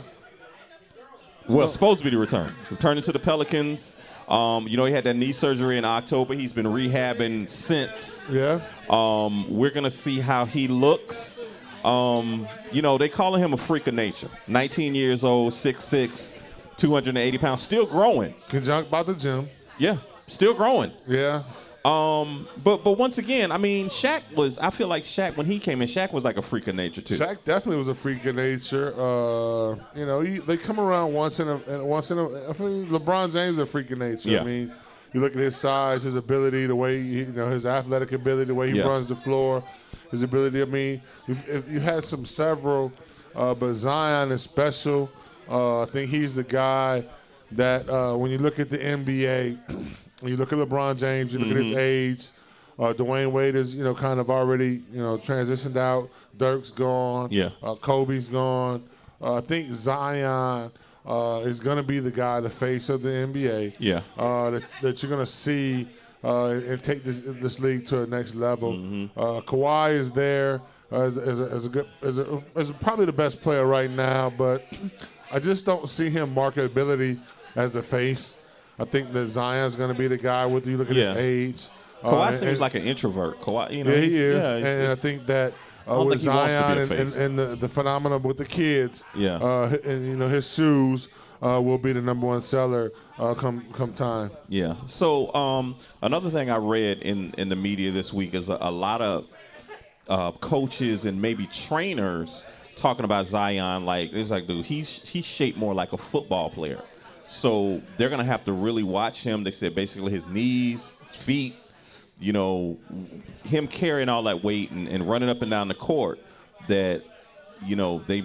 S9: Well, it's supposed to be the return. He's Returning to the Pelicans. Um, you know, he had that knee surgery in October. He's been rehabbing since.
S4: yeah.
S9: Um, we're gonna see how he looks. Um, you know, they calling him a freak of nature. 19 years old, 6'6", 280 pounds, still growing.
S4: Conjunct about the gym.
S9: Yeah, still growing.
S4: Yeah,
S9: Um, but but once again, I mean, Shaq was. I feel like Shaq when he came in, Shaq was like a freak of nature too.
S4: Zach definitely was a freak of nature. Uh, you know, he, they come around once in a and once in a. I mean, LeBron James is a freak of nature.
S9: Yeah.
S4: I mean, you look at his size, his ability, the way he, you know his athletic ability, the way he
S9: Yeah.
S4: runs the floor, his ability. I mean, if, if you had some several, uh, but Zion is special. Uh, I think he's the guy that uh, when you look at the NBA, when you look at LeBron James, you look at
S9: Mm-hmm.
S4: his age. Uh, Dwayne Wade is, you know, kind of already, you know, transitioned out. Dirk's gone.
S9: Yeah.
S4: Uh, Kobe's gone. Uh, I think Zion uh, is going to be the guy, the face of the NBA.
S9: Yeah.
S4: Uh, that, that you're going to see uh, and take this this league to a next level.
S9: Mm-hmm.
S4: Uh, Kawhi is there uh, as, as, a, as a good as, a, as probably the best player right now, but I just don't see him marketability as the face. I think that Zion's going to be the guy with you. Look at
S9: Yeah.
S4: his age. Uh,
S9: Kawhi
S4: and-
S9: seems
S4: and-
S9: like an introvert. Kawhi, you know,
S4: yeah, he
S9: he's-
S4: is,
S9: yeah,
S4: and,
S9: it's-
S4: I
S9: it's-
S4: think that
S9: I
S4: uh,
S9: don't
S4: with
S9: think he wants to be
S4: Zion
S9: a
S4: and, and,
S9: face.
S4: and the, the phenomenon with the kids,
S9: Yeah.
S4: uh, and you know his shoes, uh, will be the number one seller uh, come come time.
S9: Yeah. So um, another thing I read in in the media this week is a, a lot of uh, coaches and maybe trainers talking about Zion. Like it's like, dude, he's he's shaped more like a football player. So they're gonna have to really watch him. They said basically his knees, his feet, you know, him carrying all that weight and, and running up and down the court. That you know they.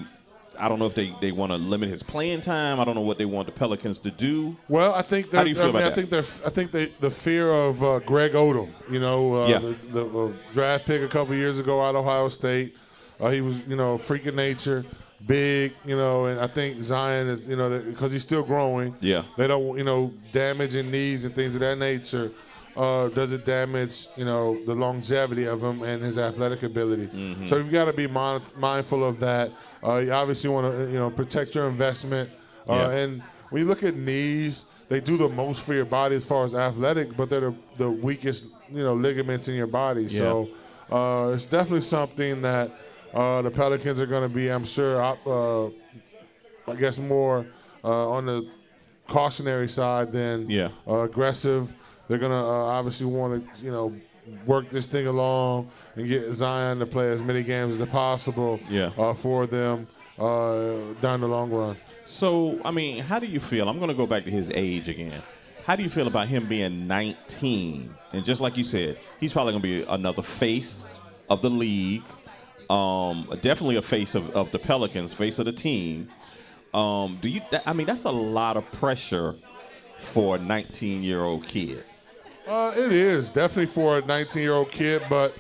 S9: I don't know if they, they want to limit his playing time. I don't know what they want the Pelicans to do.
S4: Well, I think
S9: How
S4: that
S9: do you feel
S4: I, mean,
S9: about
S4: I
S9: that?
S4: think they're, I think they, the fear of uh, Greg Odom, you know, uh,
S9: Yeah.
S4: the, the uh, draft pick a couple years ago out of Ohio State. Uh, he was, you know, a freak of nature, big, you know, and I think Zion is, you know, because he's still growing.
S9: Yeah.
S4: they don't, you know, damaging knees and things of that nature. Uh, does it damage, you know, the longevity of him and his athletic ability? So you've got to be mon- mindful of that. Uh, you obviously want to, you know, protect your investment. Uh,
S9: Yeah.
S4: And when you look at knees, they do the most for your body as far as athletic, but they're the, the weakest, you know, ligaments in your body. So uh, it's definitely something that uh, the Pelicans are going to be, I'm sure, op- uh, I guess more uh, on the cautionary side than
S9: Yeah.
S4: uh, aggressive. They're gonna uh, obviously want to you know work this thing along and get Zion to play as many games as possible
S9: Yeah.
S4: uh, for them uh, down the long run.
S9: So, I mean, how do you feel? I'm going to go back to his age again. How do you feel about him being 19? And just like you said, he's probably going to be another face of the league, um, definitely a face of, of the Pelicans, face of the team. Um, do you? that- I mean, that's a lot of pressure for a 19 year old kid.
S4: Uh, it is definitely for a 19 year old kid, but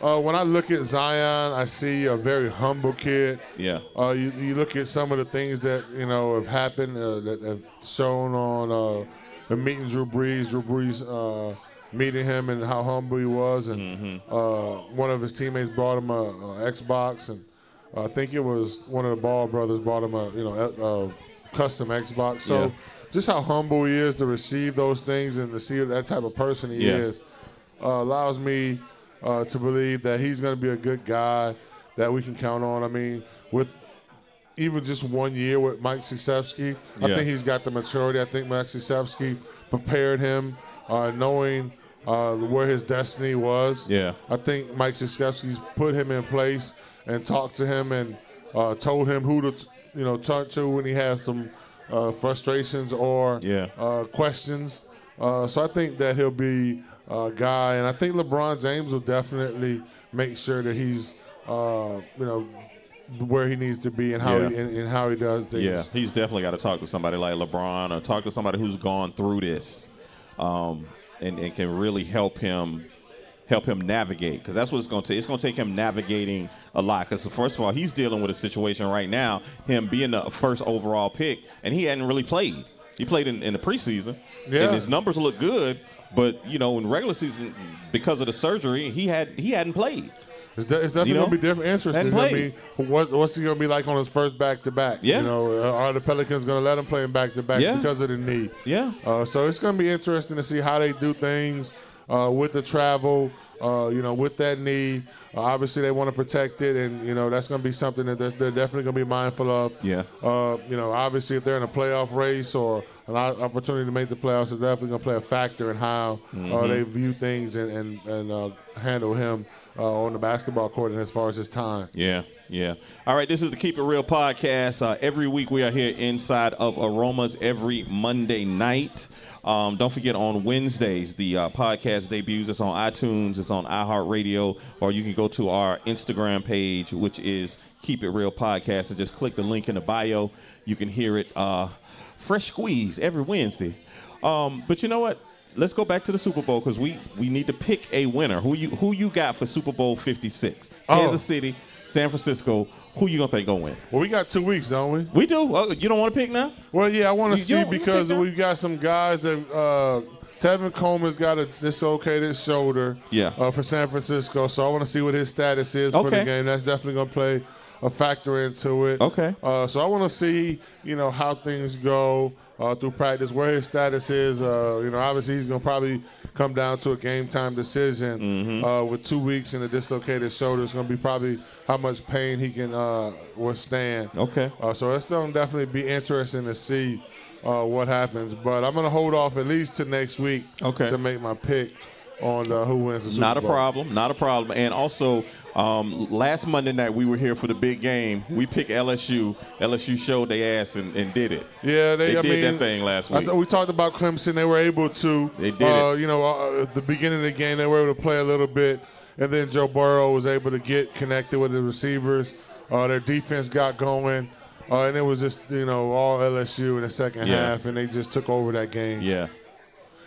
S4: uh, when I look at Zion, I see a very humble kid.
S9: Yeah.
S4: Uh, you, you look at some of the things that you know have happened uh, that have shown on uh, him meeting Drew Brees, Drew Brees uh, meeting him and how humble he was, and uh, one of his teammates brought him a, a Xbox, and uh, I think it was one of the Ball brothers brought him a you know a, a custom Xbox. So
S9: Yeah.
S4: just how humble he is to receive those things and to see that type of person he
S9: Yeah.
S4: is uh, allows me uh, to believe that he's going to be a good guy that we can count on. I mean, with even just one year with Mike Krzyzewski, I
S9: Yeah.
S4: think he's got the maturity. I think Mike Krzyzewski prepared him, uh, knowing uh, where his destiny was.
S9: Yeah.
S4: I think Mike Krzyzewski's put him in place and talked to him and uh, told him who to you know turn to when he has some uh, frustrations or
S9: Yeah.
S4: uh, questions. Uh, so I think that he'll be a guy, and I think LeBron James will definitely make sure that he's uh, you know where he needs to be and how he
S9: Yeah.
S4: and, and how he does things.
S9: Yeah, he's definitely got to talk to somebody like LeBron or talk to somebody who's gone through this, um, and, and can really help him help him navigate because that's what it's going to take. It's going to take him navigating a lot because first of all, he's dealing with a situation right now, him being the first overall pick, and he hadn't really played. He played in, in the preseason,
S4: Yeah.
S9: and his numbers look good, but you know, in regular season because of the surgery, he had he hadn't played.
S4: It's, de- it's definitely
S9: You know?
S4: gonna be different, interesting.
S9: And
S4: I
S9: play.
S4: mean, what, what's he gonna be like on his first back to back?
S9: Yeah.
S4: You know, uh, are the Pelicans gonna let him play him back to back
S9: Yeah.
S4: because of the knee?
S9: Yeah.
S4: Uh, so it's gonna be interesting to see how they do things uh, with the travel. Uh, you know, with that knee, uh, obviously they want to protect it, and you know that's gonna be something that they're, they're definitely gonna be mindful of.
S9: Yeah.
S4: Uh, you know, obviously if they're in a playoff race or an o- opportunity to make the playoffs, it's definitely gonna play a factor in how uh, they view things and and, and uh, handle him uh, on the basketball court and as far as his time.
S9: Yeah, yeah. All right, this is the Keep It Real podcast. Uh, every week we are here inside of Aromas every Monday night. Um, don't forget on Wednesdays, the uh, podcast debuts. It's on iTunes, it's on iHeartRadio, or you can go to our Instagram page, which is Keep It Real Podcast, and just click the link in the bio. You can hear it uh, fresh squeeze every Wednesday. Um, but you know what? Let's go back to the Super Bowl because we, we need to pick a winner. Who you who you got for Super Bowl Fifty Six? Kansas City, San Francisco. Who you gonna think gonna win?
S4: Well, we got two weeks, don't we?
S9: We do. Oh, you don't want to pick now?
S4: Well, yeah, I want
S9: You-
S4: to
S9: you
S4: see
S9: don't- you
S4: because
S9: think that-
S4: we've got some guys that uh, Tevin Coleman's got a dislocated shoulder.
S9: Yeah.
S4: Uh, for San Francisco, so I want to see what his status is for the
S9: Okay.
S4: game. That's definitely going to play a factor into it.
S9: Okay.
S4: Uh, so I want to see, you know, how things go uh, through practice, where his status is. Uh, you know, obviously he's going to probably come down to a game time decision
S9: Mm-hmm.
S4: uh, with two weeks and a dislocated shoulder. It's going to be probably how much pain he can uh, withstand.
S9: Okay.
S4: Uh, so it's going to definitely be interesting to see uh, what happens. But I'm going to hold off at least to next week
S9: Okay.
S4: to make my pick on uh, who wins the Super
S9: Not a
S4: Bowl.
S9: problem. Not a problem. And also, um, last Monday night we were here for the big game. We picked LSU. LSU showed their ass and, and did it.
S4: Yeah, they,
S9: They
S4: I
S9: did that
S4: mean,
S9: thing last
S4: I
S9: week.
S4: thought we talked about Clemson. They were able to.
S9: They did
S4: Uh,
S9: it.
S4: you know, uh, at the beginning of the game, they were able to play a little bit, and then Joe Burrow was able to get connected with the receivers. Uh, their defense got going, uh, and it was just you know all LSU in the second
S9: Yeah.
S4: half, and they just took over that game.
S9: Yeah.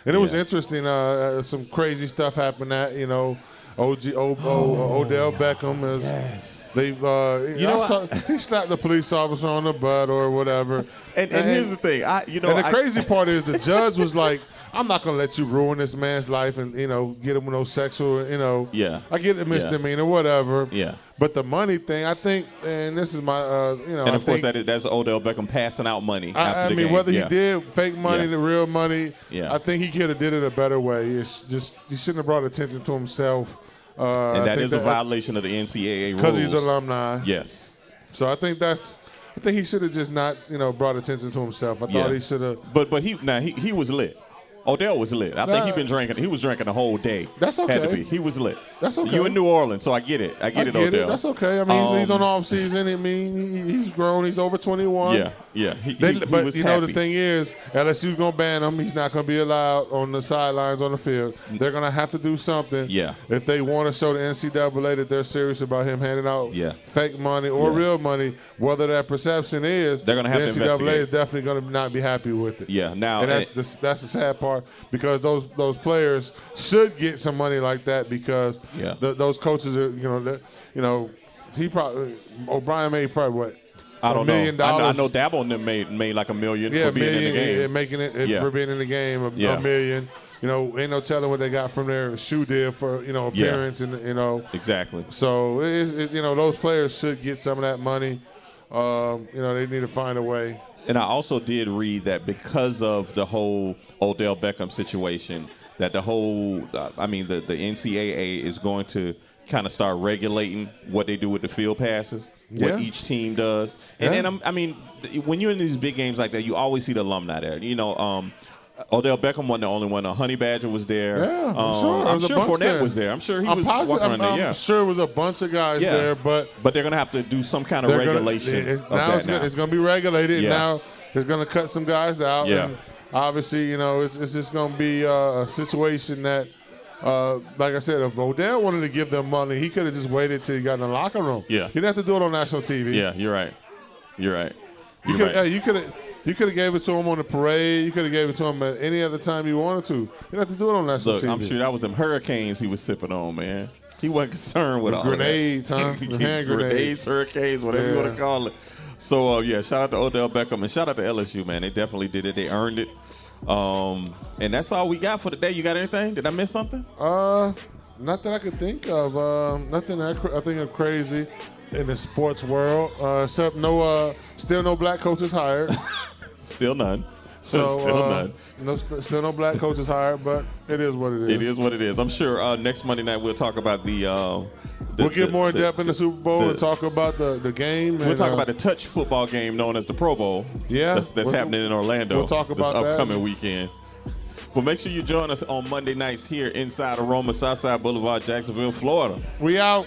S4: And it was
S9: Yeah.
S4: interesting. Uh, uh, some crazy stuff happened. That you know, OG o, o, Odell Beckham is. They've uh, you
S9: know
S4: know
S9: what?
S4: he slapped the police officer on the butt or whatever.
S9: And, and here's the thing. I you know
S4: and the
S9: I-
S4: crazy part is the judge was like, "I'm not gonna let you ruin this man's life and you know get him no sexual you know
S9: Yeah.
S4: I get a misdemeanor whatever
S9: Yeah.
S4: but the money thing I think and this is my uh, you know
S9: and
S4: I
S9: of course
S4: think-
S9: that is that's Odell Beckham passing out money after
S4: I, I
S9: the
S4: mean,
S9: game.
S4: whether
S9: Yeah.
S4: he did fake money,
S9: Yeah.
S4: the real money,
S9: Yeah.
S4: I think he could have did it a better way. It's just he shouldn't have brought attention to himself. Uh,
S9: and that is a violation of the NCAA rules.
S4: because he's alumni.
S9: Yes.
S4: So I think that's. I think he should have just not, you know, brought attention to himself. I
S9: Yeah.
S4: thought he should have.
S9: But but he now he, he was lit. Odell was lit. I think he
S4: Nah.
S9: been drinking. He was drinking the whole day.
S4: That's
S9: Had to
S4: okay.
S9: be. He was lit.
S4: That's okay.
S9: You in New Orleans, so I get it. I get
S4: I
S9: it,
S4: get it.
S9: Odell.
S4: That's okay. I mean, he's, he's
S9: Um,
S4: on off season. I mean, he- he's grown. He's over twenty one.
S9: Yeah, yeah. He,
S4: They,
S9: he- he
S4: but
S9: was
S4: you know
S9: happy.
S4: the thing is, LSU's gonna ban him. He's not gonna be allowed on the sidelines on the field. They're gonna have to do something.
S9: Yeah.
S4: If they want to show the NCAA that they're serious about him handing out
S9: Yeah.
S4: fake money or
S9: Yeah.
S4: real money, whether that perception is,
S9: They're gonna have
S4: the
S9: to
S4: NCAA is
S9: investigate.
S4: definitely gonna not be happy with it.
S9: Yeah, now-
S4: and that's
S9: and-
S4: the, that's the sad part because those those players should get some money like that because
S9: Yeah.
S4: the, those coaches are you know that you know he probably O'Brien made probably what.
S9: I
S4: a
S9: don't
S4: million
S9: know. I know. I
S4: dollars
S9: know Dabo and them made made like a million
S4: yeah,
S9: for being
S4: million,
S9: in the game.
S4: yeah, making it it-
S9: Yeah.
S4: for being in the game a, a
S9: Yeah.
S4: million. You know, ain't no telling what they got from their shoe deal for you know
S9: Yeah.
S4: appearance and you know.
S9: exactly.
S4: So it is it, you know those players should get some of that money. Um, you know they need to find a way.
S9: And I also did read that because of the whole Odell Beckham situation, that the whole, uh, I mean, the, the NCAA is going to kind of start regulating what they do with the field passes,
S4: Yeah.
S9: what each team does. And,
S4: Yeah.
S9: and I'm, I mean, th- when you're in these big games like that, you always see the alumni there. You know, um, Odell Beckham wasn't the only one. Uh, Honey Badger was there.
S4: Yeah, I'm
S9: Um,
S4: sure.
S9: I'm
S4: There's a
S9: sure
S4: bunch
S9: Fournette
S4: there.
S9: was there. I'm sure he
S4: I'm
S9: was
S4: positive-
S9: walking around
S4: I'm,
S9: there.
S4: I'm
S9: yeah.
S4: sure it was a bunch of guys
S9: Yeah.
S4: there, but
S9: but they're gonna have to do some kind of
S4: they're gonna-
S9: regulation.
S4: it's-
S9: of
S4: now
S9: that
S4: it's, Gonna,
S9: now.
S4: it's going to be regulated.
S9: Yeah.
S4: Now it's going to cut some guys out.
S9: Yeah.
S4: And obviously, you know, it's, it's just going to be uh, a situation that, uh, like I said, if Odell wanted to give them money, he could have just waited till he got in the locker room.
S9: Yeah.
S4: He didn't have to do it on national TV.
S9: Yeah, you're right. You're right.
S4: You
S9: You're
S4: could
S9: right.
S4: hey, you could have you could have gave it to him on the parade. You could have gave it to him at any other time you wanted to. You didn't have to do it on national
S9: Look,
S4: TV.
S9: I'm sure that was them hurricanes he was sipping on, man. He wasn't concerned with, all
S4: grenades,
S9: that.
S4: huh? Them
S9: grenades,
S4: hand grenades.
S9: hurricanes, whatever you
S4: Yeah.
S9: want to call it. So uh, yeah, shout out to Odell Beckham and shout out to LSU, man. They definitely did it. They earned it. Um, and that's all we got for today. You got anything? Did I miss something?
S4: Uh, not that I could think of. Um, nothing that I, cr- I think of crazy in the sports world. Uh, except no, uh, still no black coaches hired.
S9: Still none.
S4: So,
S9: Still
S4: uh,
S9: none.
S4: No, st- still no black coaches hired. But it is what it is.
S9: It is what it is. I'm sure uh, next Monday night we'll talk about the. Uh, the
S4: We'll get
S9: the-
S4: more in
S9: the-
S4: depth in the Super Bowl
S9: the-
S4: and talk about the, the game.
S9: We'll
S4: and,
S9: talk
S4: uh,
S9: about the touch football game known as the Pro Bowl.
S4: Yeah.
S9: that's, that's
S4: We'll-
S9: happening in Orlando.
S4: we'll talk about
S9: this
S4: that.
S9: upcoming weekend. But make sure you join us on Monday nights here inside Aroma, Southside Boulevard, Jacksonville, Florida.
S4: We out.